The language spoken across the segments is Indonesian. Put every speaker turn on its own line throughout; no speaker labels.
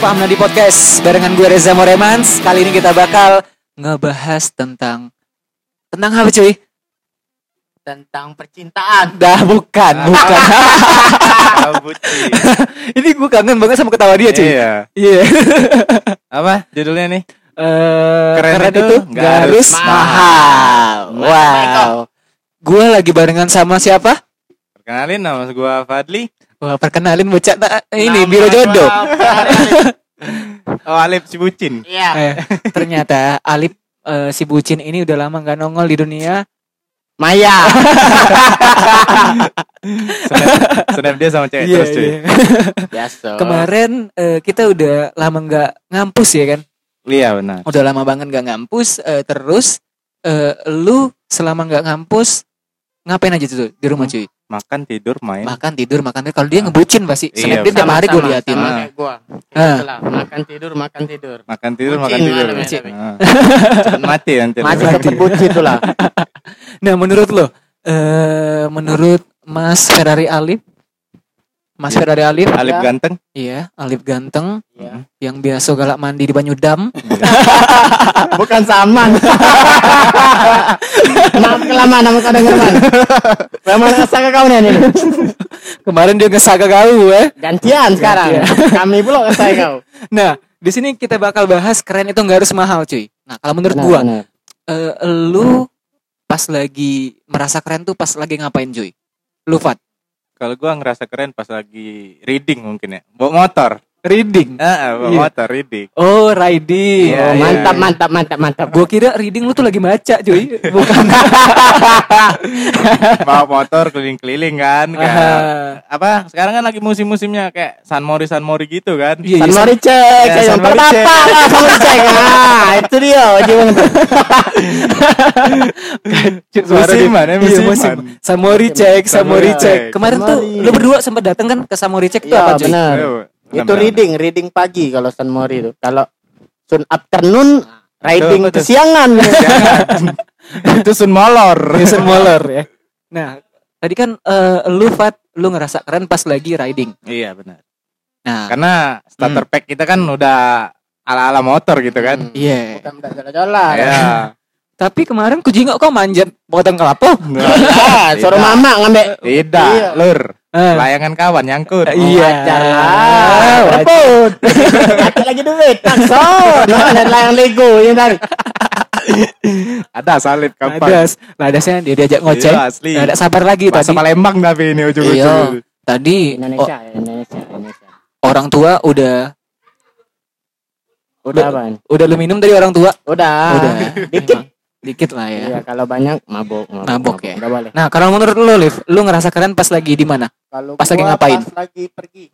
Paham Nadi Podcast barengan gue Reza Moremans. Kali ini kita bakal ngebahas tentang tentang apa cuy?
tentang percintaan.
Dah bukan,
Nah.
bukan.
Cabut sih.
ini gue kangen banget sama ketawa dia cuy.
Iya.
Iya.
Apa judulnya nih?
Eh,
Keren
keren
itu
itu
nggak
gak harus
harus
mahal. Wow. Gue lagi barengan sama siapa?
Perkenalin nama gua Fadli.
Wah, perkenalin bocah nah, ini
Nama
biro
gua-
jodoh.
Oh, Alip si bucin.
Iya.
Eh, ternyata Alip eh, si bucin ini udah lama nggak nongol di dunia.
Maya.
Snap, snap dia sama cewek terus cuy. Oh.
iya.
Biasa.
Kemarin eh, kita udah lama nggak ngampus ya kan?
Iya benar.
Udah lama banget nggak ngampus. eh, terus eh, lu selama nggak ngampus ngapain aja tuh di rumah cuy?
Hmm.
Makan tidur main.
Makan tidur makan tidur. Kalau dia
Ah.
ngebucin pasti. Snapdeal tiap
Iya,
Nah. Sama-sama,
hari gue liatin.
sama
Ah.
kayak gua.
Ah.
Itulah, makan tidur, makan tidur.
Makan tidur
Bucin
makan tidur.
malam ya,
Bucin.
tapi.
Ah. Cepet mati nanti.
Masih tetap bucin tuh lah.
Nah menurut lo, eh, menurut Mas Ferrari Alip, Mas
Iya.
Ferrari Alip,
Alip
Ya.
ganteng.
iya Alip ganteng,
Iya.
yang biasa galak mandi di Banyudam.
Bukan Salman. Maaf kelamaan nama kau dengar man. Memang ngesaka kau nih ini.
Kemarin dia ngesaga kau, eh.
Gantian sekarang. Kami pula ngesaka kau.
Nah di sini kita bakal bahas keren itu nggak harus mahal, cuy. Nah kalau menurut
Benar,
gua,
benar.
eh, lu pas lagi merasa keren tuh pas lagi ngapain, cuy? Lu Fat?
Kalau gua ngerasa keren pas lagi reading mungkin ya. Bawa motor.
Reading.
Ah, ah, bawa
Iya.
motor reading.
Oh riding.
Iya,
Oh,
iya.
mantap, mantap, mantap, mantap.
Gue kira reading lu tuh lagi baca, cuy. Bukan.
Bawa motor keliling-keliling kan. kayak-
Ah.
apa sekarang kan lagi musim-musimnya kayak San Mori San Mori gitu kan.
Iya,
San
iya,
Mori cek,
Ya,
cek
San
yang
Mori
pertama
cek.
lah, San Mori cek. Ah, itu dia,
Iya,
jiwa
Cuk,
Musiman,
suara dia.
ya,
Iya,
musiman.
musim. Samori cek, samori
Samori
cek.
cek.
Kemarin tuh
Samori.
lu berdua sempat datang kan ke samori cek tuh
Iya,
apa cuy?
benar.
Ayo,
Itu
bentar, bentar.
reading, reading pagi kalau San Mori itu. Kalau Sun afternoon, riding
Betul, betul.
kesiangan.
itu Sun Molor.
Jason Waller ya. Nah, tadi kan eh, lu Fat, lu ngerasa keren pas lagi riding.
Iya benar. Kan-
Nah,
Karena starter pack kita kan udah ala-ala motor gitu
Hmm,
kan.
iya.
Bukan udah jalan-jalan.
Ya.
Tapi kemarin ku jingok kok manjat potong kelapa.
Ah, suruh
Tidak.
mama ngambek.
Tidak,
Iya.
lur.
Eh,
Layangan kawan nyangkut. Oh,
Eh, iya.
Wajar lah.
Wajar.
Rebut. Dapat lagi duit. Langsung. Nah, dan layang Lego ini tadi.
Ada salib kapan?
Ladas, ladasnya dia diajak ngoceh.
Iya, asli.
Nggak ada sabar lagi
Bahasa
tadi.
Palembang tapi ini ujung-ujung.
Iya. Tadi
Indonesia, Indonesia, Indonesia.
o- orang tua udah
Udah, Bang.
udah lu minum dari orang tua.
Udah.
Udah.
Dikit.
Dikit lah ya.
Iya, kalau banyak mabuk, mabuk,
Mabuk ya?
Nggak boleh.
Nah, kalau menurut lu, Liv, lu ngerasa keren pas lagi di mana?
Kalau
Pas lagi
gua
ngapain?
Pas lagi pergi,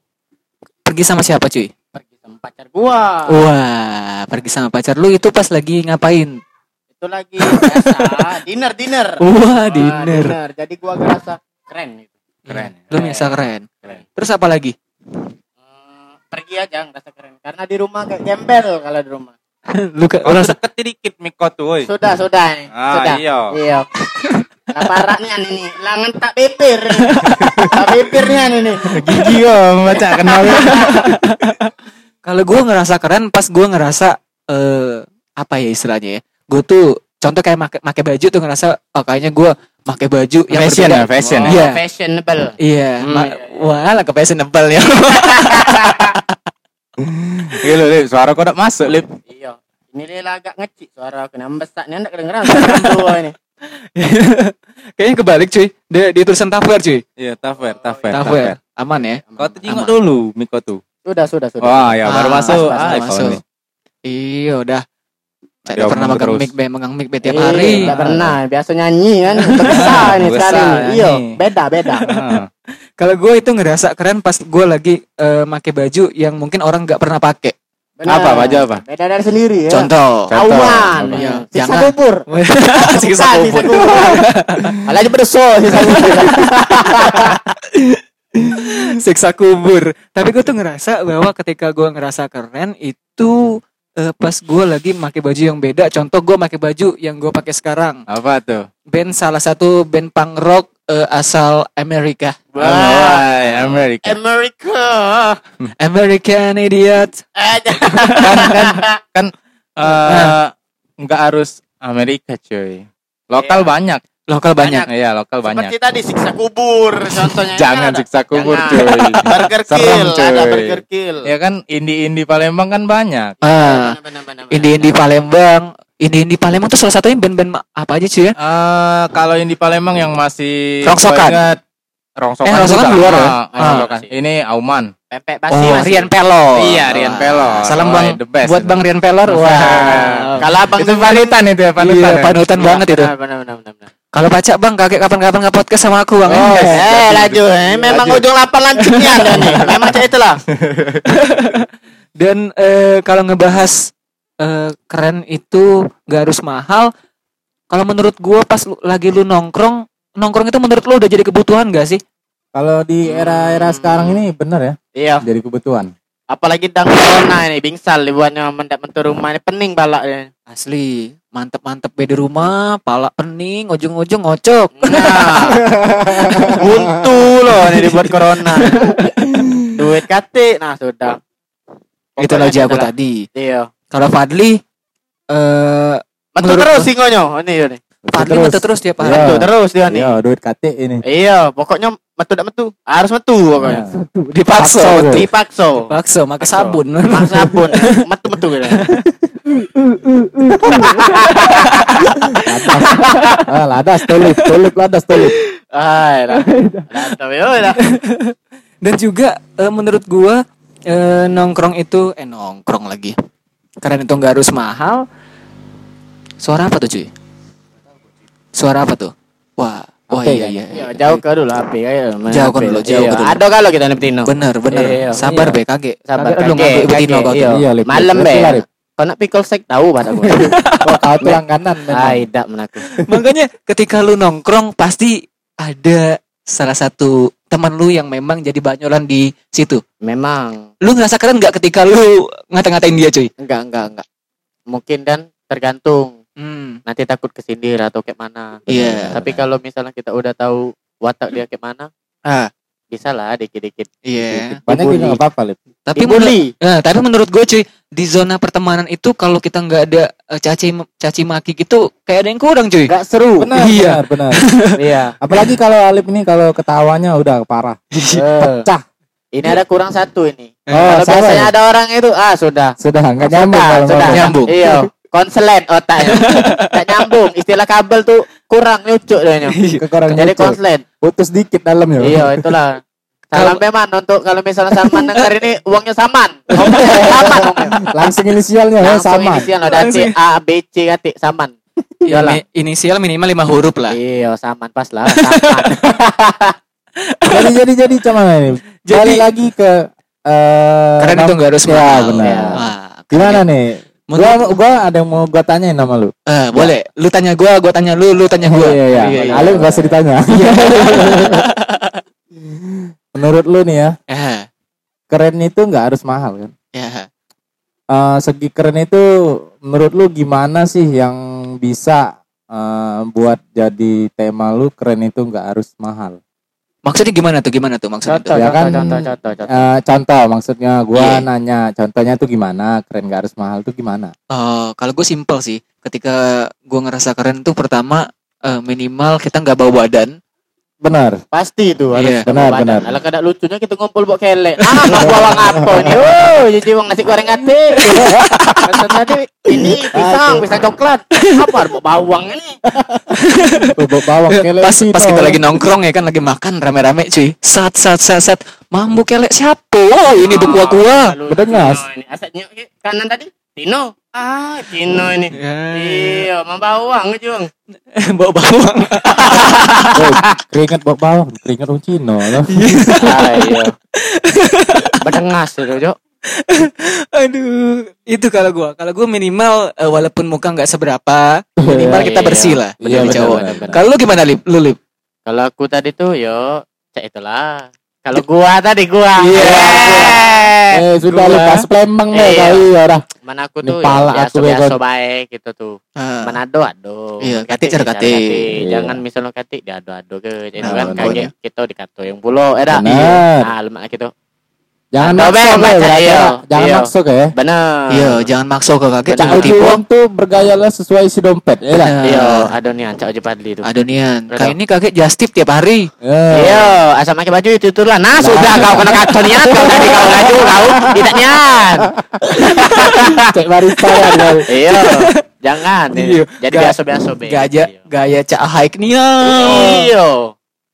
Pergi sama siapa, cuy?
pergi sama pacar gua.
Uh. Wah, pergi sama pacar lu itu pas lagi ngapain?
Itu lagi biasa, dinner, dinner.
Wah,
Wah,
Uh, dinner.
Jadi gua ngerasa keren gitu.
Keren.
Lu merasa keren.
Keren.
Terus apa lagi?
Hmm, pergi aja ngerasa keren. Karena di rumah kayak gembel kalau di rumah.
lu ke,
Oh,
lu rasa
deket dikit Miko tuh, woi.
Sudah, sudah. eh.
Ah,
sudah.
iya.
Iya. Nah, parahnya nih, nih. Langan tak pipir. tak pipirnya nih, nih.
Gigi yo baca kenal.
kalau gua ngerasa keren pas gua ngerasa eh apa ya istilahnya ya? Gua tuh contoh kayak make, make baju tuh ngerasa oh kayaknya gua make baju yang
Fashion
berbeda.
ya, fashion ya.
Iya.
Fashionable.
Iya,
Hmm.
ma- wah lah ke fashionable ya.
Iya, lu, Lip, suara kok udah masuk, Lip.
Iya. Ini dia lah agak ngecik suara aku. Nambah sak ni, anda kedengeran. Suara ini.
Kayaknya kebalik cuy. Dia dia tulisan tafwer cuy.
Iya, tafer, tafer,
Tafwer. Aman ya.
Kau tuh jenguk dulu Miko tuh.
Sudah, sudah, sudah.
Wah, ya
Ah,
baru masuk.
pas- pas
Ah,
masuk. Iya, udah. Saya udah
Diomong
pernah megang
terus.
mic, be, megang mic be tiap
Eh,
hari.
nggak pernah, biasa nyanyi kan. Besar ini
Besar
sekali.
nyanyi.
Iya, beda beda.
Ah.
Kalau gue itu ngerasa keren pas gue lagi eh, make baju yang mungkin orang nggak pernah pakai.
Benar.
Apa, baju apa?
Beda dari sendiri ya.
Contoh.
Contoh.
Awan.
Apa?
Iya. Sisa
Jangan.
bubur.
Sisa
Bukan,
bubur.
Alah aja berso sisa bubur.
Siksa kubur. Tapi gue tuh ngerasa bahwa ketika gue ngerasa keren itu eh, pas gue lagi make baju yang beda. Contoh gue make baju yang gue pakai sekarang.
Apa tuh?
Band salah satu band punk rock eh, asal Amerika.
Wah.
Amerika.
America.
American idiot.
Ada.
Kan eh, nggak harus Amerika cuy. Lokal
Iya.
banyak.
Lokal banyak.
Iya lokal banyak.
Seperti tadi siksa kubur contohnya.
Jangan
Kan ada
siksa kubur
Jangan.
cuy.
Burger
Serem,
kill, ada
cuy.
burger kill.
Iya.
Ya kan indie-indie Palembang kan banyak.
Ah,
Benar-benar.
Indie-indie Palembang. Indie-indie Palembang tuh salah satunya band-band ma- apa aja sih ya?
Eh kalau yang di Palembang yang masih
Rongsokan.
banget- Rongsokan,
Eh, Rongsokan
juga.
di luar ya?
Ah, ah,
Ah.
Rongsokan. Ini Auman.
Pempek pasti
Oh,
masih.
Rian Pelor.
Iya, Rian Pelor. Oh,
Salam Bang
the best
buat
itu.
Bang Rian Pelor. Wah.
Kalau abang
itu panutan itu ya, panutan.
Iya,
ya?
panutan banget itu.
Benar-benar. benar-benar.
Kalau pacak Bang, kakek kapan-kapan nggak podcast sama aku, Bang.
Oh,
Eh.
Eh, laju. Eh, memang
Laju.
ujung lapar lancipnya ada nih. Memang cak itulah.
Dan eh, kalau ngebahas eh, keren itu gak harus mahal. Kalau menurut gua pas lu- lagi lu nongkrong, nongkrong itu menurut lu udah jadi kebutuhan gak sih?
Kalau di era-era sekarang ini bener ya,
Iya,
jadi kebutuhan.
apalagi dang corona ini bingsal libuannya mendak mentur rumah ini pening balak ini.
Asli, mantep-mantep be di rumah, pala pening, ujung-ujung ngocok.
Nah, buntu loh ini dibuat corona. Duit kate, nah sudah.
Itu
Pokoknya
aja aku
itulah.
tadi.
Iya.
Kalau Fadli eh
Mentu
Menurut
terus
lu-
singonya ini ini.
Fadli
Terus.
mentu terus Ya. tiap hari.
Iya.
Mentu terus dia nih.
Iya, duit kate ini.
Iya, pokoknya metu dak metu. Harus metu
Oh,
pokoknya.
Nah,
Dipaksa,
Paksa,
betul.
Dipaksa.
Dipaksa pakai sabun.
Mak sabun, metu-metu gitu.
Ladas, ah, ladas tulip, tulip ladas tulip.
Ay, lah. Lah, tapi oh, lah.
Dan juga eh, menurut gua eh, nongkrong itu eh nongkrong lagi. Karena itu nggak harus mahal. Suara apa tuh cuy? Suara apa tuh? Wah, wah
Oke,
iya
kan?
iya. iya.
Iya, jauh ke dulu api ayo. main
Jauh ke
api.
dulu, jauh
Iya,
ke dulu.
Ada kalau kita nih Tino.
Bener bener.
Iya, iya.
Sabar
Iya.
be kaget.
Sabar
Kaget lu
kakek,
ngaku Betino
kakek,
kau tuh.
iya.
Iya, lip,
Malam
lip,
be.
lip, lip.
Kalau nak pikul sek tahu bahasa gue.
Oh, kau tulang kanan memang.
Ay, dak menaku.
Makanya ketika lu nongkrong pasti ada salah satu teman lu yang memang jadi banyolan di situ.
Memang
Lu ngerasa keren nggak ketika lu ngata-ngatain dia cuy?
enggak enggak enggak. Mungkin dan tergantung
Hmm.
nanti takut kesindir atau kayak mana.
Iya.
Tapi kalau misalnya kita udah tahu watak dia kayak mana,
Ah,
bisa lah dikit-dikit.
iya.
Banyak
Dibully.
juga nggak apa-apa lip.
Tapi menurut-
Dibully.
Nah, tapi menurut gue cuy, di zona pertemanan itu kalau kita nggak ada eh, caci caci maki gitu, kayak ada yang kurang cuy.
Enggak seru.
Benar,
Iya.
benar, benar.
Iya.
Apalagi kalau Alip ini kalau ketawanya udah parah.
Eh,
Pecah.
ini ada kurang satu ini.
Oh,
Eh, Kalau
sabar
biasanya
ya?
ada orang itu, ah sudah.
Sudah nggak
Sudah,
nyambung kalau
sudah.
ngomong.
Nyambung.
Iya. Konslet otaknya. Tak nyambung. Istilah kabel tuh kurang nyucuk dia ini.
Kekurang
Jadi
lucu.
konslet.
Putus dikit dalam ya.
Iya, itulah.
Kalau-
Salam memang untuk kalau misalnya Salman dengar ini uangnya Saman. Omnya Saman. omnya.
Langsung inisialnya ya
Langsung
sama.
inisial ada C A B C kati Saman.
Ya,
Iyalah.
mi- inisial minimal lima huruf lah.
Iya, Saman pas lah. Saman.
Jadi jadi jadi cuman ini. Balik
Jadi-
lagi ke eh
Keren itu nggak harus
Ya,
mahal.
benar.
Wah,
Gimana nih? Gua,
Menurut-
gua ada yang mau gua tanyain nama lu.
eh, boleh. Lu tanya gue, gue tanya lu, lu tanya gue.
Ya. iya, iya.
iya, iya.
Alif gak usah ditanya. Menurut lu nih ya,
Eh,
keren itu nggak harus mahal kan?
ya.
Eh, segi keren itu menurut lu gimana sih yang bisa eh, buat jadi tema lu keren itu nggak harus mahal?
Maksudnya gimana tuh? Gimana tuh maksudnya tuh?
Contoh,
Ya
contoh,
kan?
contoh, contoh, contoh.
Eh, contoh maksudnya gua
Iya.
nanya, contohnya tuh gimana? Keren nggak harus mahal tuh gimana?
Eh, kalau gue simpel sih, ketika gue ngerasa keren tuh pertama eh, minimal kita nggak bawa badan.
Benar.
Pasti itu harus
Iya.
ada
Benar,
badan.
benar.
Kalau kada lucunya kita ngumpul buat kelek. Ah, mau bawang apa ini? Oh, jadi uang nasi goreng ate. Pesan tadi ini pisang, pisang coklat. Apa buat bawang ini?
Bobok bawang kelek
Eh, pas
sih,
pas
toh.
kita lagi nongkrong ya kan lagi makan rame-rame cuy. Sat sat sat sat. Mambu kelek siapa? Oh, ini berkuah-kuah.
Lalu
Berdengas.
Tino ini. Asalnya ke kanan tadi. Tino. Ah, Tino ini.
Eh,
Iya, mau bawang aja, Bang.
bawa bawang.
Oh, keringet bobok bawang, keringet orang Cino. loh.
Ah, iya. Berdengas itu, Cok.
Aduh, itu kalau gua. Kalau gua minimal eh, walaupun muka nggak seberapa, minimal kita
Iya.
bersih lah
Iya,
menjadi
benar,
cowok.
benar, benar.
Kalau lu gimana, Lip? Lu Lip.
Kalau aku tadi tuh, yo, cek itulah. Kalau gua tadi gua.
Iya,
Yeah.
Eh sudah
Dua.
lepas Palembang deh
Iya.
kali ya dah.
Mana aku
Ini
tuh
pala
ya,
aku
biasa
bego.
baik gitu tuh.
Ah,
Manado aduh.
Iya, katik cara katik.
Iya.
Jangan misalnya katik diadu ado ke. Jadi
Nah,
kan
benar.
kayak kita dikato yang pulau era.
Benar.
Nah, lemak gitu.
Jangan
Atau
maksud
bebas,
ya,
iya.
Kak. Jangan
Iya.
maksud ya.
Benar.
Iya, jangan maksa ke kakek
Jangan
jangan
Cak
tipu.
uang tuh bergayalah sesuai isi dompet, ya dah.
Benar.
Iya, aduh nih ancak aja padli itu.
Aduh Nian,
Betul.
kayak ini kakek justip tiap hari.
Iya.
Iya, asal pakai baju itu tuh lah. Nah, sudah kau kena kacau niat kau tadi kau baju kau tidak niat.
Cek barista ya. Bang.
Iya, jangan.
Iya.
Jadi
Ga-
biasa-biasa be.
Gaya gaya cak hike Nian.
Iya.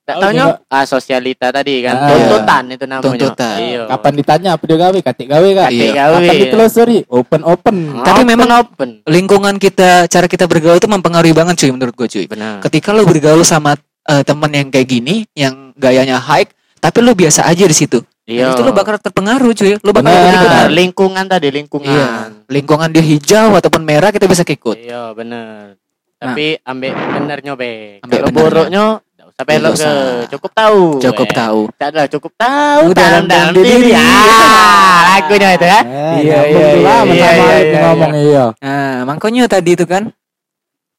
Tak
Oh,
taunya
iya.
ah sosialita tadi kan
Ah,
tuntutan itu namanya.
Tuntutan.
Iya.
Kapan ditanya apa dia gawe? Katik gawe kak.
Katik
Iya. gawe.
Kapan ditelusuri? Open open.
Tapi memang-
open.
Lingkungan kita, cara kita bergaul itu mempengaruhi banget cuy menurut gue cuy.
Benar.
Ketika lo bergaul sama eh, teman yang kayak gini, yang gayanya hike, tapi lo biasa aja di situ.
Iya.
Itu lo bakal terpengaruh cuy. Lo bakal
Benar.
ikut
Benar, lingkungan tadi
Iya.
lingkungan.
Lingkungan dia hijau ataupun merah kita bisa ikut.
Iya, benar.
Nah.
Tapi ambek benernya be.
Ambek
Kalau
benernya.
buruknya enggak usah pelok
ya. Nggak
ke.
usah.
Cukup tahu.
Cukup
Eh.
tahu.
Tak adalah cukup tahu
Tahu dalam dalam diri.
Ah, lagunya itu ya.
Iya,
Eh, nyambung
iya,
tuh lah,
iya,
pertama
iya,
kali
iya,
ngomong iya.
Nah, makanya tadi itu kan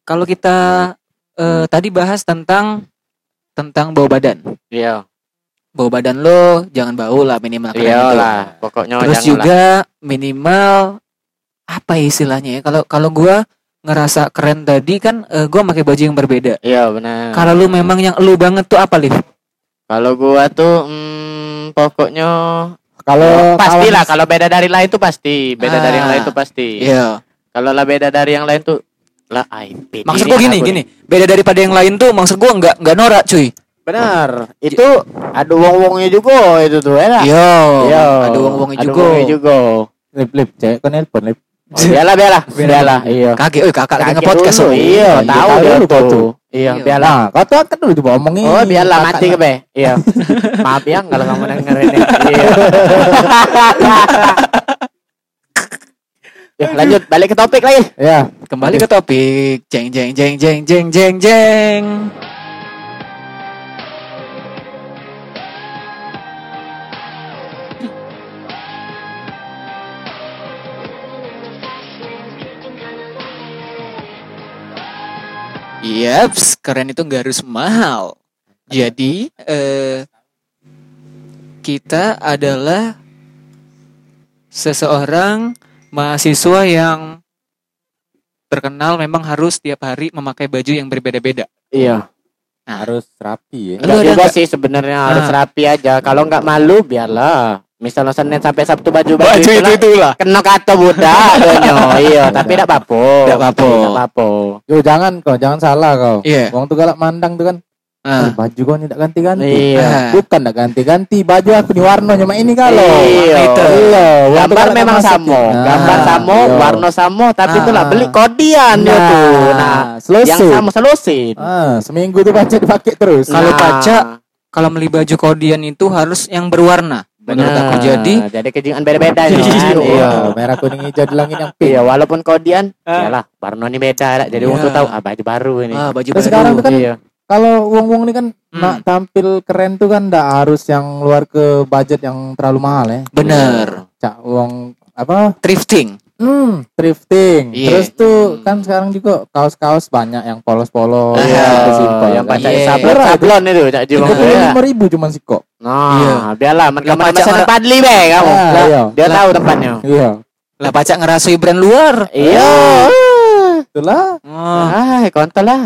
kalau kita eh, tadi bahas tentang tentang bau badan.
Iya.
Bau badan lo jangan bau lah minimal gitu. keren
Iya
itu.
lah, pokoknya
Terus
jangan lah.
juga minimal apa ya istilahnya ya? Kalau kalau gua ngerasa keren tadi kan eh, gua pakai baju yang berbeda.
Iya benar.
Kalau lu memang yang lu banget tuh apa, Liv?
Kalau gua tuh hmm, pokoknya Eh, oh,
Kalau
Iya, pastilah kalau beda dari lain tuh pasti, beda dari yang
Ah,
lain tuh pasti.
Iya.
Kalau lah beda dari yang lain tuh lah IP.
Maksud gua gini, gini. Beda daripada yang lain tuh maksud gua nggak nggak norak, cuy.
Benar. Itu ada wong-wongnya juga itu tuh enak.
Yo.
Iya.
Ada wong-wongnya
Ada
juga.
wong-wongnya juga.
lip lip cewek kan nelpon lip.
Oh, biarlah, biarlah. Biarlah, iya.
Kakek, eh kakak lagi
Kaget
nge-podcast.
dulu,
oh.
Iya,
Iya,
tahu
tahu
dia
lu
tuh.
tuh.
Iya,
Iya.
biarlah.
Nah, kau tuh kan udah diomongin.
Hmm,
Oh biarlah
Kakak
mati ke be. Iya. Maaf ya kalau kamu denger ini. Iya. Ya, lanjut balik ke topik lagi.
Ya.
Kembali ke topik. Jeng jeng jeng jeng jeng jeng jeng. Yaps, keren itu nggak harus mahal. Jadi eh, kita adalah seseorang mahasiswa yang terkenal memang harus tiap hari memakai baju yang berbeda-beda.
Iya.
Harus rapi ya.
Lu
Enggak
ada
juga
nggak?
sih sebenarnya harus
Ah.
rapi aja. Kalau nggak malu biarlah. Misalnya Senin sampai Sabtu baju baju itulah,
itulah.
kena kata budak donyo. Iya, tapi
Budak.
enggak apa-apa.
Nggak apa-apa.
Nggak apa-apa.
Yo jangan kau, jangan salah kau.
Iya.
Wong tuh galak mandang tuh kan.
Ah.
"Eh, baju kau ni tak ganti-ganti.
Iya.
Ah.
Bukan tak ganti-ganti, baju aku ni warna cuma ini kalau.
Iya.
itu.
Iya, wong tu
Gambar
galak
memang
masuk.
sama,
Nah,
gambar sama,
iya.
warna sama, tapi
Ah.
itulah beli kodian dia tuh. Nah,
selesai.
yang sama selusin.
Ah, seminggu tuh baca dipakai terus.
Kalau
Nah,
baca, Kalau beli baju kodian itu harus yang berwarna. Menurut
benar.
aku jadi
jadi kejingan beda-beda ya.
Iya.
kan? Iya.
Wah, merah kuning hijau di langit yang pink.
Iya, walaupun kodian, iyalah, warna ini beda, lah. jadi orang
Iya.
tuh tahu ah baju baru ini.
ah, baju
Terus
baru.
sekarang tuh kan
Iya.
kalau wong-wong ini kan
Hmm.
nak tampil keren tuh kan ndak harus yang luar ke budget yang terlalu mahal ya.
bener
Cak wong apa?
thrifting.
Hmm, thrifting.
Iya.
Terus tuh
Hmm.
kan sekarang juga kaos-kaos banyak yang polos-polos,
Iya,
yang
Iya,
simple-simple,
yang
kan.
pakai
Iya.
sablon, sablon itu Cak Ji
Itu
Wong.
tuh
Iya.
lima ribu cuman sih kok.
Nah,
Iya.
biarlah mereka
Lah, Cak,
merasa
mana-
tempat li be kamu.
Ah,
Lah,
iya.
Dia tahu tempatnya.
Iya,
Lah pacak ngerasui brand luar.
Iya.
itulah.
Oh.
Ah, kontol lah.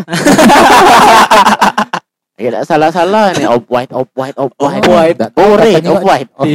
Ya tidak salah-salah nih off white off white off white.
Oh, nggak tahu
Orange
katanya
off white.
Oh,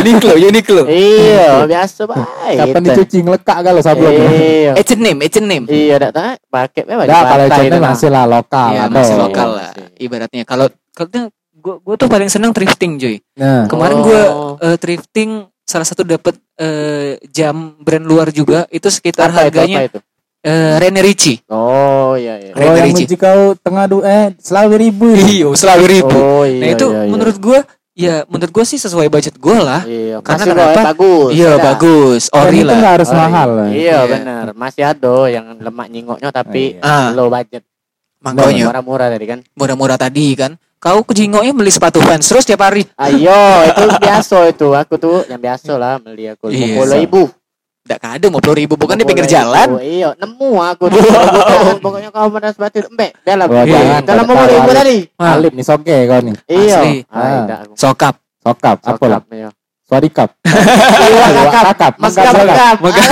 Uniqlo, Uniqlo.
Iya, biasa baik.
Kapan dicuci ngelekak kalau sablon?
Iya.
H&M, H&M.
Iya, tidak tahu. Pakai memang
Nah, kalau
dipakai
channel
itu, nah.
masih lah lokal.
Iya,
atau-
masih
dong.
lokal lah. Ibaratnya kalau kalau gue gue tuh paling seneng thrifting, cuy.
Nah,
Kemarin gue
Oh.
thrifting salah satu dapat eh, jam brand luar juga itu sekitar
Apa itu,
harganya
apa itu?
eh, Rene Ricci.
Oh, iya iya.
Red
oh yang
Ritchie.
muji kau tengah du eh selalu ribu.
Iya, selalu ribu.
Oh, iya.
nah itu
iya, iya.
menurut gue ya menurut gue sih sesuai budget gue lah.
Iya,
Karena
masih
kenapa?
bawa- Bagus.
Iya
ada.
bagus,
Ori
ori
itu
lah.
nggak harus
Ori.
mahal. lah. Nah,
Iya,
Iya.
benar. Masih ada yang
Iya.
lemak nyingoknya tapi
Ah,
low budget.
makanya
Murah-murah tadi kan.
murah-murah tadi kan. Kau kejingoknya beli sepatu fans terus tiap hari.
Ayo, Ah, iya, itu biasa itu. Aku tuh yang biasa lah beli aku.
Iya.
Pokoknya ibu.
Enggak kado mau puluh ribu bukan di pinggir
Pokoknya
jalan.
ibu. Iya, nemu aku. tuh. Bukan, Pokoknya kamu pada sepatu embek dalam.
Wah, jangan.
Dalam mau
Ketawa.
ibu tadi.
Wah,
Alip nih soke kau nih.
Iya.
Asli.
Ah,
Ah.
tidak, aku-
Sokap.
Sokap, apa lah?
Sokap, iya.
Sorry kap.
Iya, kakap.
kakap.
Mas
Mengkap,
kakap.
kakap.
Maka-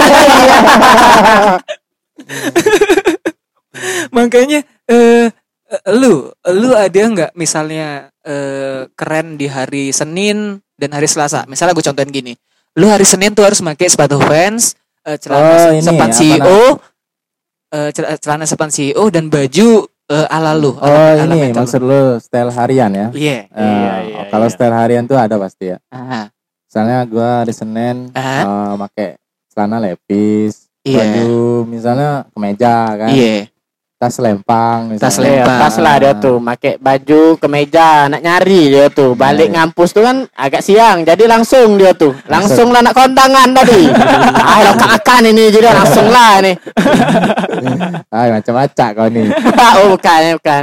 Makanya eh eh, lu lu ada nggak misalnya eh keren di hari Senin dan hari Selasa. Misalnya gue contohin gini. Lu hari Senin tuh harus pakai sepatu fans, eh,
Oh,
celana
ini
sepan
apa
CEO, E eh, cel- celana sepan CEO dan baju eh, ala lu. ala-
Oh
ala
ini
metal lu.
maksud lu style harian ya?
Iya.
Eh,
Iya, iya,
kalau
iya.
style harian tuh ada pasti ya.
Ah,
Misalnya gua hari Senin
Ah.
eh, pakai celana lepis,
Iya.
Oh, baju misalnya kemeja kan,
Iya.
tas lempang misalnya.
Tas
Iya,
lempang.
pas lah dia tuh pakai baju kemeja nak nyari dia tuh balik
Iya.
ngampus tuh kan agak siang jadi langsung dia tuh langsung lah nak kondangan tadi ayo akan ini jadi langsung lah ini
Ah, macam-macam kau nih.
oh bukan bukan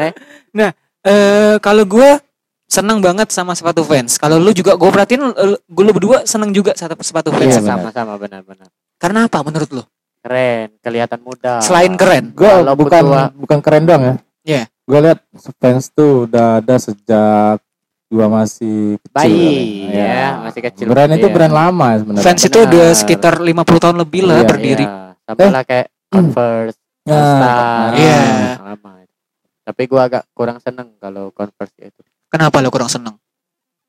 Eh kalau gue seneng banget sama sepatu fans. Kalau lu juga gue perhatiin gue lu berdua seneng juga sama sepatu fans.
Iya,
sama sama benar benar
Karena apa menurut lu?
keren kelihatan muda
Selain keren.
Ah, Gua
Kalau
bukan
berdua.
bukan keren doang ya.
Iya.
Gua lihat fans tuh udah ada sejak gua masih kecil.
Bayi,
Iya.
ya, masih kecil.
Brand itu
Iya.
brand lama sebenarnya.
Fans itu
Benar.
udah sekitar 50 tahun lebih lah
Iya,
berdiri.
Iya, sama
Eh.
lah kayak Converse
Nah,
Star
Iya.
sama itu. tapi gua agak kurang seneng kalau Converse ya itu
Kenapa lu kurang seneng?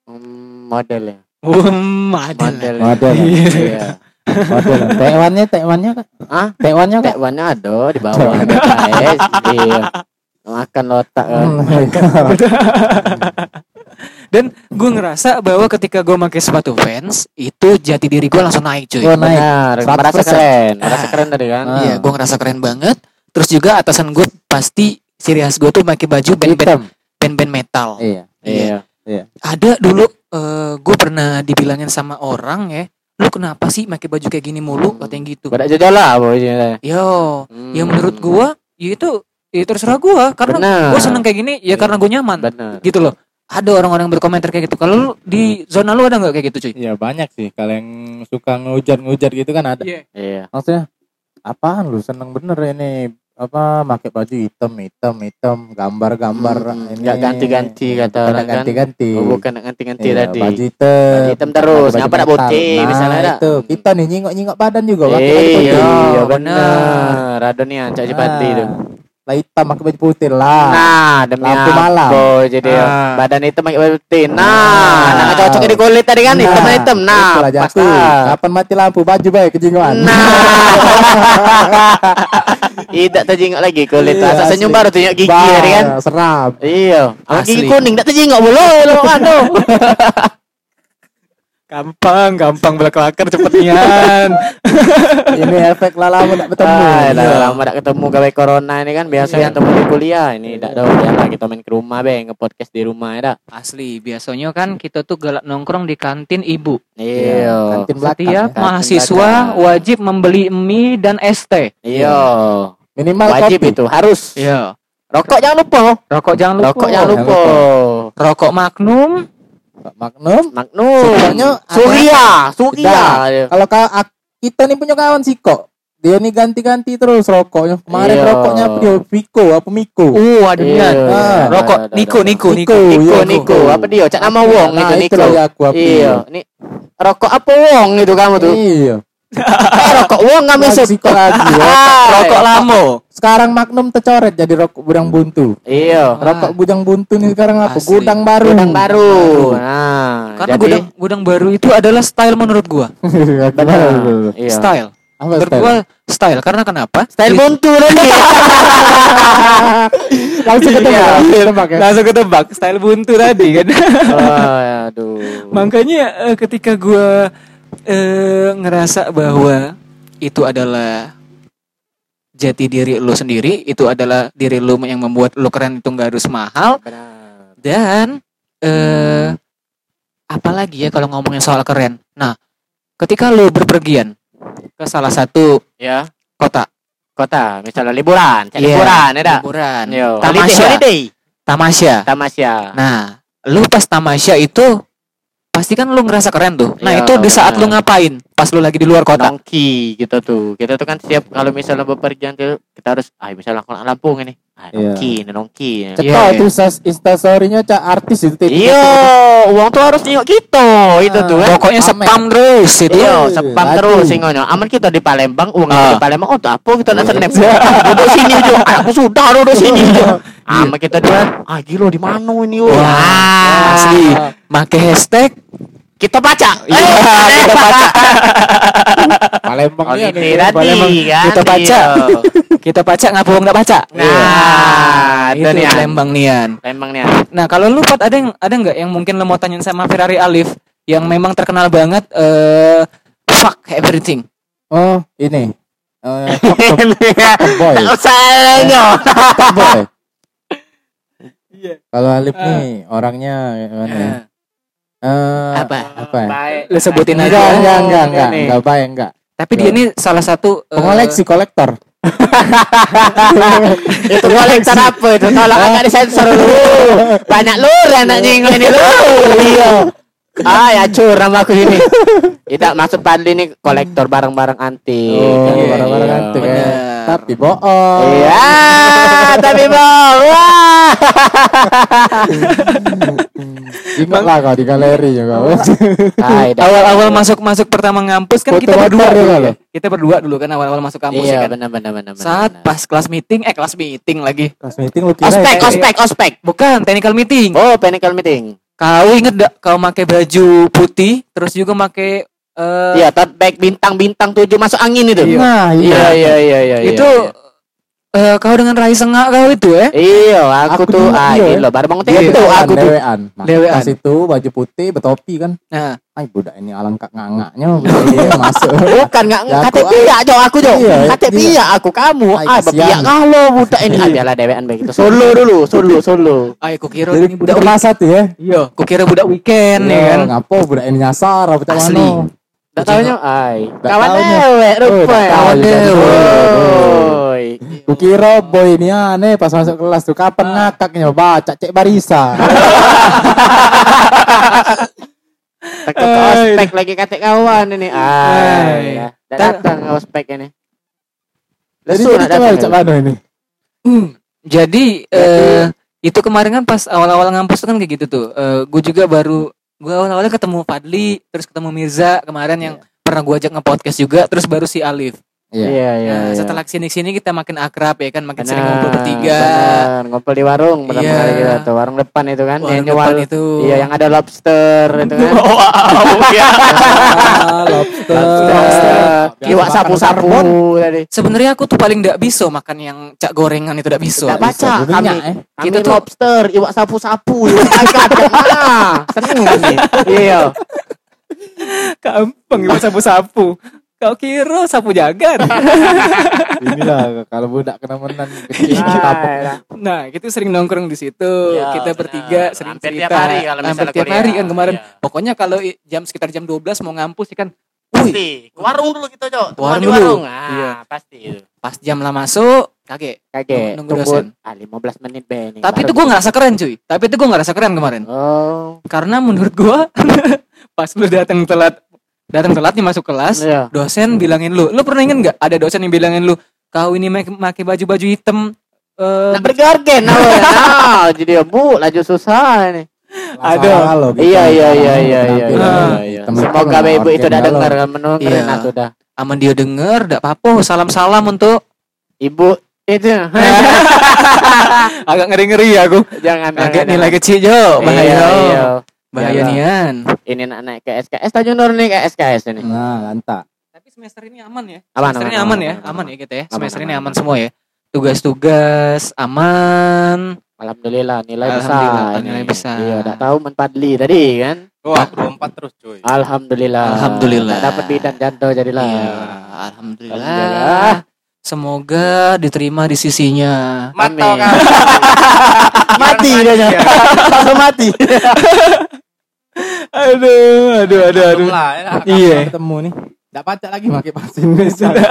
Hmm, modelnya
Hmm, ada.
model
Model.
iya
Model. Taiwannya Taiwannya kan?
Hah?
Taiwannya kan?
Tekwannya ada di bawah BKS iya makan otak kan
Hmm,
Dan gue ngerasa bahwa ketika gue pakai sepatu fans itu jati diri gue langsung naik cuy.
Gua Oh, naik.
benar
100%.
merasa keren merasa
Ah.
keren tadi kan
Ah.
Iya, gue ngerasa keren banget. Terus juga atasan gue pasti ciri khas gue tuh pakai baju band-band
Hitam.
band-band metal.
Iya.
iya
Ada dulu gue pernah dibilangin sama orang ya, lu kenapa sih pakai baju kayak gini mulu
Hmm.
katanya gitu.
badak jajal Hmm. lah boy
Yo, ya menurut gue ya itu ya terserah gue karena
benar
gue seneng kayak gini ya karena gue nyaman
benar
gitu loh. Ada orang-orang yang berkomentar kayak gitu. Kalau lu di zona lu ada nggak kayak gitu cuy?
Iya banyak sih kalau yang suka ngehujat-ngehujat gitu kan ada.
iya
Maksudnya apaan lu seneng bener ini apa pakai baju hitam hitam hitam gambar gambar
Hmm, nggak ganti-ganti kata orang kan.
ganti ganti
oh, bukan nganti-nganti tadi
Iya. baju hitam
Baju hitam terus,
pakai
ngapa nak
metal.
putih,
nah,
misalnya ada.
itu kita nih nyingok nyingok badan juga pakai baju putih
Iya,
Iya,
benar. Radonia, Cak Cipati
Nah,
itu.
lah hitam pakai baju putih lah
Nah, demi
Ah, Lampu
apa
malam.
jadi
Ah.
ya, badan hitam pakai baju putih.
Ah.
Nah, nah cocoknya di kulit tadi kan hitam
Nah,
hitam. Nah,
itulah
pas Nah.
jatuh.
lah.
kapan mati lampu baju baik kejingoan
Nah. Tidak terjengok lagi kulit.
Iya,
Rasa senyum
asli.
baru terjengok gigi
Bah,
tadi kan.
seram
Iya, Kalau
Asli.
gigi kuning tidak terjengok bulu lu anu.
Gampang, gampang belakang cepetnya.
ini efek lalamu tak bertemu
Ah, dah
Iya.
lama tak ketemu gawe corona ini kan
Iya.
biasa yang ketemu di kuliah ini tak tahu ya lah kita main ke rumah be nge-podcast di rumah ya dah.
Asli, biasanya kan kita tuh galak nongkrong di kantin ibu.
Iya,
Iya.
kantin belakang
Setiap
ya.
mahasiswa wajib membeli mie dan es teh.
Iya.
minimal
Wajib
kopi
itu harus.
Iya.
Rokok jangan lupa. oh.
Rokok jangan lupa.
Rokok jangan
Jangan
lupa.
Rokok Magnum.
Magnum
Magnum.
Sukanya ada-
Surya, Surya.
Tidak. Kalau ka- ak- kita nih punya kawan Siko, dia nih ganti-ganti terus rokoknya. Kemarin
Iya.
rokoknya dia Piko apa Miko?
Uh, ada
Iya.
niat.
Ah,
Rokok Niko, Niko, Niko.
Niko,
iya,
Niko. Apa dia? Cak nama Wong
Nah,
itu
itu
Niko.
lagi aku apa?
Iya, ni rokok apa Wong itu kamu tuh?
Iya.
Eh, rokok Wong Iya, kami
Lagi
sebut. Ah,
Siko lagi. ya.
Rokok Lamo.
Sekarang Magnum tercoret jadi rokok budang buntu.
Iya,
Rokok budang buntu nih sekarang apa?
Asli.
Gudang baru.
gudang baru. Nah,
Karena
jadi
gudang gudang baru itu adalah style menurut gua.
Benar.
benar. Iya.
Style.
Apa
Menurut
style?
gua style. Karena kenapa?
Style buntu lagi.
Langsung ketemu.
Iya.
langsung pakai.
ya.
Langsung ketebak style buntu tadi kan.
Oh, aduh.
Makanya eh, ketika gua eh, ngerasa bahwa itu adalah jati diri lu sendiri, itu adalah diri lu yang membuat lu keren itu nggak harus mahal.
Benar.
Dan eh apalagi ya kalau ngomongin soal keren. Nah, ketika lu berpergian ke salah satu
Ya,
kota
kota misalnya liburan, cak
Iya.
liburan ya dah.
liburan,
Yo. Holiday,
tamasya,
holiday.
tamasya.
Tamasya.
Nah, lu pas tamasya itu pasti kan lu ngerasa keren tuh. Nah,
Iya,
itu di saat lu
benar.
ngapain? Pas lu lagi di luar kota.
nongki gitu tuh kita tuh kan setiap kalau misalnya bepergian tuh kita harus ah misalnya aku anak Lampung ini ah nongki ini nongki ya.
Cetok
Iya, iya.
itu sas- instastory-nya cak artis itu. titik-
iya uang tuh harus nyok kita itu tuh kan
Pokoknya
Amin.
spam terus itu.
iya
Aduh,
sepam
aduh.
terus singonya aman kita di Palembang uang kita
Ah. Iya.
di Palembang oh tak apa kita nak senep duduk sini aja Ah, aku sudah duduk sini aja aman kita di ah gila di mana ini oh
Wah,
Ah,
asli. Make hashtag
kita baca
Iya,
Eh,
kita baca.
Palembang
Oh,
Iya,
nih,
ini
nih,
tadi
Palembang.
kan
kita baca.
iya.
kita baca nggak bohong nggak baca.
Nah,
itu
itu Nian.
Lembang Nian.
Palembang nih ya.
Nah, kalau lu Pat, ada yang ada nggak yang mungkin lo mau tanyain sama Ferrari Alif yang memang terkenal banget eh fuck everything.
Oh, ini. Eh, Top Top- Top boy.
Tak usah
Iya.
nyo.
Top boy. Kalau Alif nih orangnya gimana? ya?
Eh,
Eh,
Apa?
Apa? ya?
Lu sebutin
Enggak,
aja.
Oh,
enggak, enggak, enggak,
enggak
enggak,
nih.
enggak baik, enggak.
Tapi
Iya.
dia ini salah satu eh,
Pengoleksi kolektor.
Itu kolektor apa itu? Tolong agak disensor lu. Banyak lu anaknya yang ini lu. Iya. Ah, ya cur nama aku ini. Tidak maksud Padli ini kolektor barang-barang antik.
Oh,
iya,
barang-barang
iya,
antik ya.
bener.
Tapi bohong.
Iya, tapi bang, wah.
Ingatlah kau di galeri ya, juga.
Hai, dah.
awal-awal masuk-masuk pertama ngampus kan
Foto
kita berdua
motor ya,
dulu.
kalau?
ya. Kita berdua dulu kan awal-awal masuk kampus ya
Iya,
kan.
benar-benar benar-benar.
Saat pas kelas meeting, eh kelas meeting lagi.
Kelas meeting lu kira.
ospek,
ya?
ospek, ospek.
Bukan technical meeting.
Oh, panical meeting.
Kau inget gak kau pakai baju putih terus juga pakai eh,
Iya, tote bag bintang-bintang tujuh masuk angin itu.
Nah, iya.
Iya, iya, iya, iya. iya.
itu eh, kau dengan Rai Sengak kau itu ya?
Iya, aku,
Aku
tuh
dulu
ah
iya.
gila, baru bangun
Dia
itu
dewean,
aku tuh.
dewean. Mas-
Dewean.
Nah, Pas itu baju putih, betopi kan.
Nah,
Ay budak ini alangkah ngangaknya budak ini ya, masuk.
Bukan enggak
Ya,
kate
aku, ah.
piak jo aku jo.
Iya,
Kate
iya.
piak aku kamu.
Ay,
Ah,
kasihan.
piak kalau budak ini ah biarlah dewean begitu. Solo dulu, solo, solo.
ayo kukira
Jadi
ini
budak
budak weekend.
kelas satu ya.
Iya, kukira budak weekend
Iya,
ya kan.
Oh, Ngapo budak ini nyasar apa tak
Asli.
mano?
Enggak taunya ay.
Nggak
Kawan
taunya.
dewek
nggak
rupanya.
tahu
Kawan
juga.
dewek.
Kukira boy ini aneh pas masuk kelas tuh
Ah.
kapan ngakaknya baca cek barisa.
Tak ospek lagi kate kawan ini. Ay.
Ay.
ya. Nggak
Tar-
Datang ospek ini.
Jadi
Lesu
jadi
nak
coba
datang
cak
ini.
mano ini.
Jadi eh itu kemarin kan pas awal-awal ngampus tuh kan kayak gitu tuh. Eh gue juga baru gue awal-awalnya ketemu Fadli, terus ketemu Mirza kemarin yang
Iya.
pernah gue ajak nge-podcast juga, terus baru si Alif.
Iya.
Iya, iya.
Nah,
iya.
setelah sini-sini kita makin akrab ya kan, makin sering
Benar,
ngumpul bertiga.
benar. Ngumpul di warung pertama
Iya.
kali kita tuh warung depan itu kan
Warung
yang jual
depan itu.
iya yang ada lobster itu kan
Oh,
Ah, lobster.
lobster Iya. iwak
Makan
sapu sapu
karbon.
tadi
Sebenarnya aku tuh paling ndak bisa makan yang cak gorengan itu ndak bisa.
tidak baca
Bisa
kami
berminyak, eh.
kami
Kita tuh-
lobster iwak sapu sapu iwak angkat nah seneng kami iya
Gampang ibu sapu-sapu. Kau kira sapu jagar.
Inilah Iya. kalau budak kenemenan
Iya.
kecil
Nah,
tapok.
nah.
nah, kita sering nongkrong di situ.
Iya,
kita
benar.
bertiga sering
Hampir tiap
cerita.
hari kalau
Hampir
misalnya
tiap
kuliah.
hari kan kemarin.
Iya.
Pokoknya kalau i- jam sekitar jam 12 mau ngampus ya kan. Wih,
pasti ke warung dulu kita cok Cuma
Warung
di
dulu.
warung ah
Iya.
pasti itu
pas jam lah masuk, kaget.
kakek
Nunggu dosen.
tunggu ah 15 menit be ini.
Tapi
Baru-
itu gue ngerasa keren cuy. Tapi itu gue ngerasa keren kemarin.
oh
Karena menurut gue pas lu datang telat, datang telat nih masuk kelas,
iya
dosen bilangin lu, lu pernah inget nggak ada dosen yang bilangin lu, kau ini make, make baju-baju hitam, eh,
Nak bergargen nah, woy. nah jadi ya, bu lanjut susah ini
Aduh.
Salah lo, gitu.
Iya iya iya iya iya. iya,
Penampilan.
iya.
Temen-temen
Semoga
lah,
ibu itu
organ
udah
galau.
dengar kan menurut
Iya.
nah sudah.
aman dia denger, dak apa-apa, salam-salam untuk
Ibu itu
agak ngeri-ngeri ya aku.
jangan
Kaget
jangan,
nilai
jangan.
kecil jo, bahaya
Iya,
Jo.
iya.
bahaya
Iya.
nian.
Ini nak naik ke SKS Tanjung Nur nih ke SKS ini.
Hmm.
Nah, lantak.
Tapi semester ini aman ya,
Aman,
semester ini aman, ya, aman ya kita ya,
Aman,
semester ini
aman,
aman semua ya. Tugas-tugas aman.
Alhamdulillah nilai
Alhamdulillah,
besar. ini.
nilai besar.
Iya, enggak tahu Men Padli tadi kan.
Wah, berompat terus cuy.
Alhamdulillah.
Alhamdulillah.
Tak dapat bidan janto jadilah.
Iya,
Alhamdulillah.
alhamdulillah. Semoga diterima di sisinya.
Mata
Amin.
kan.
Mati
Biar
kayaknya. Langsung mati.
Aduh, aduh, aduh, aduh.
Lah, ya,
Iya.
Ketemu nih. Enggak pacak lagi pakai pasin misalnya.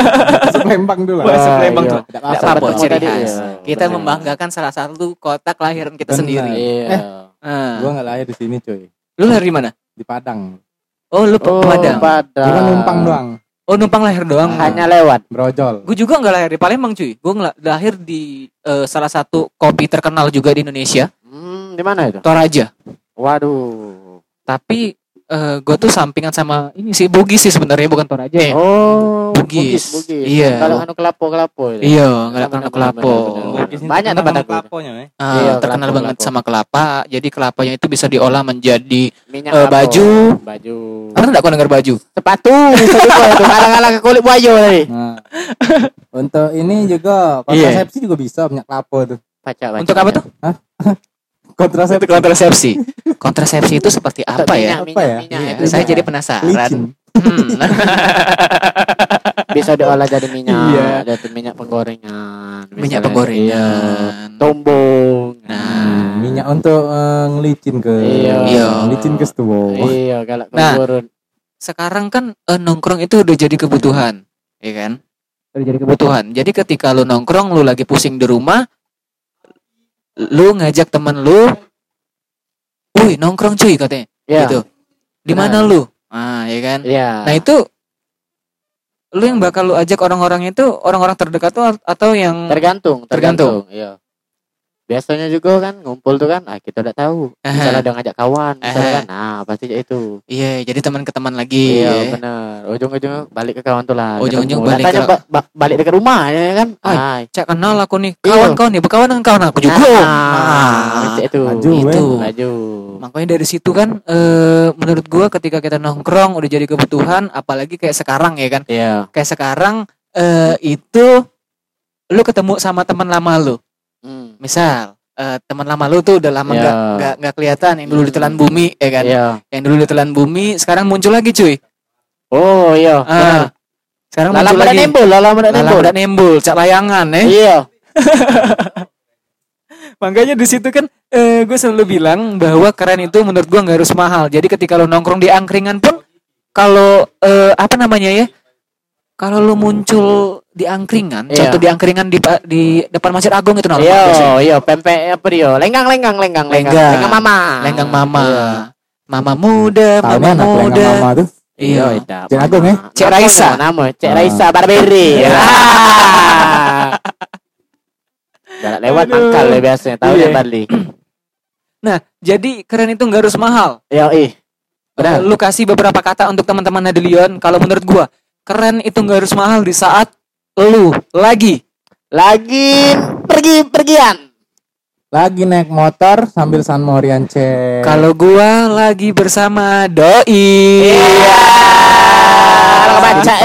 Sepelempang dulu
Wah,
lah.
sepelempang
iya.
tuh.
Nggak
Nggak
apa-apa,
apa-apa,
Pak.
ciri
Tadi,
khas.
iya,
Kita
benar.
membanggakan salah satu kota kelahiran kita
Benar.
sendiri.
Iya.
Ah.
Gua nggak lahir di sini, cuy.
Lu lahir di mana?
Di Padang.
Oh, lu
Oh,
Padang.
Padang.
Gua kan numpang doang,
Oh, numpang lahir doang.
Hanya lewat.
brojol.
Gue juga nggak lahir di Palembang cuy. Gue lahir di eh, salah satu kopi terkenal juga di Indonesia,
Hmm, di mana itu?
Toraja.
Waduh.
Tapi gue tuh sampingan sama ini sih Bugis sih sebenarnya bukan Toraja ya.
Oh,
Bugis.
Bugis, Bugis.
Iya.
Kalau anu kelapo-kelapo itu.
Iya, nggak
Benar,
terkenal
benar,
kelapa.
benar,
Oh,
benar, benar.
Bugis ini
Banyak
terkenal
tempat
sama
aku.
kelaponya, ya.
eh.
Ah,
Iya,
terkenal
kelapa,
banget
kelapa.
sama kelapa. Jadi kelapanya itu bisa diolah menjadi
Minyak
Eh,
kelapa.
baju.
baju.
pernah nggak kau dengar baju?
Sepatu bisa juga itu. Kalang-kalang ke kulit buaya tadi.
Nah. Untuk ini
Iya.
juga kontrasepsi juga bisa banyak lapo tuh.
Baca, baca.
Untuk apa tuh?
Kontrasepsi
Untuk kontrasepsi. kontrasepsi itu seperti apa ya?
Minyak,
Apa ya?
minyak, minyak.
Iya,
itu
saya
bisa.
jadi penasaran.
licin.
Hmm.
bisa diolah jadi minyak,
Iya.
jadi minyak penggorengan.
Minyak
misalnya.
penggorengan.
Iya. Tombong.
Nah.
Minyak untuk eh, ngelicin ke
Iya.
Iya.
ngelicin ke stuwo.
Iya, kalau
Nah.
turun
sekarang kan eh, nongkrong itu udah jadi kebutuhan, ya kan?
Udah jadi
kebutuhan. Jadi ketika lu nongkrong, lu lagi pusing di rumah, lu ngajak temen lu, "Wih, nongkrong cuy," katanya.
Iya.
Gitu. Di mana lu? Ah, ya kan?
Iya.
Nah, itu lu yang bakal lu ajak orang-orang itu orang-orang terdekat tuh atau yang
tergantung,
Hmm. Tergantung.
tergantung. Iya. Biasanya juga kan ngumpul tuh kan, ah kita udah tahu. Misalnya udah ngajak kawan, misalnya
Aha.
kan, nah pasti kayak itu.
Iya, jadi teman ke teman lagi.
Iya,
ya.
benar. Ujung-ujungnya balik ke kawan tuh lah.
Ujung-ujung
ketemu.
balik
Katanya
ke-
ba- ba- balik ke rumah ya kan.
Ay,
Ah,
Cak kenal aku nih.
Iya.
Kawan kau nih, berkawan dengan kawan aku juga. Ah.
Nah, Ah, kayak itu.
Maju,
Itu.
weh.
Maju.
Makanya dari situ kan eh menurut gua ketika kita nongkrong udah jadi kebutuhan apalagi kayak sekarang ya kan.
Iya.
Kayak sekarang eh itu lu ketemu sama teman lama lu.
Hmm.
Misal eh teman lama lu tuh udah lama
Iya.
nggak nggak nggak kelihatan yang dulu ditelan bumi ya kan.
Iya.
Yang dulu ditelan bumi sekarang muncul lagi cuy.
Oh, iya.
Ah, sekarang
Lalam
muncul
udah
lagi.
nembul, lalam udah
Lalam
nembul.
udah nembul, cak layangan ya.
Iya.
Makanya di situ kan eh, gue selalu bilang bahwa keren itu menurut gue nggak harus mahal. Jadi ketika lo nongkrong di angkringan pun kalau eh, apa namanya ya? Kalau lo muncul di angkringan,
Iya.
contoh di angkringan di pa- di depan Masjid Agung itu nongkrong
Iya,
biasanya.
iya, pempek apa dia? Lenggang, lenggang, lenggang, lenggang.
Lenggang.
Lenggang mama.
Lenggang mama.
Iya.
Mama muda,
Tahunnya
mama
anak
muda.
lenggang mama tuh.
Iya.
tidak.
Cek Agung, ya?
Cek Raisa.
Nama, Cek
Ah.
Raisa Barberi.
Iya.
Ah. Jarak lewat
Aduh.
mangkal ya biasanya, tahu
Iya.
ya Barli.
Nah, jadi keren itu nggak harus mahal.
Iya, ih.
Eh, Lu kasih beberapa kata untuk teman-teman Nadelion kalau menurut gua keren itu nggak harus mahal di saat lu lagi
Lagi pergi pergian.
Lagi naik motor sambil San Morian cek.
Kalau gua lagi bersama doi.
Iya. Kalau kebaca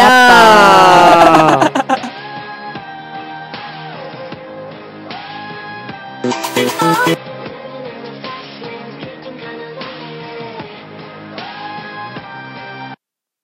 ya.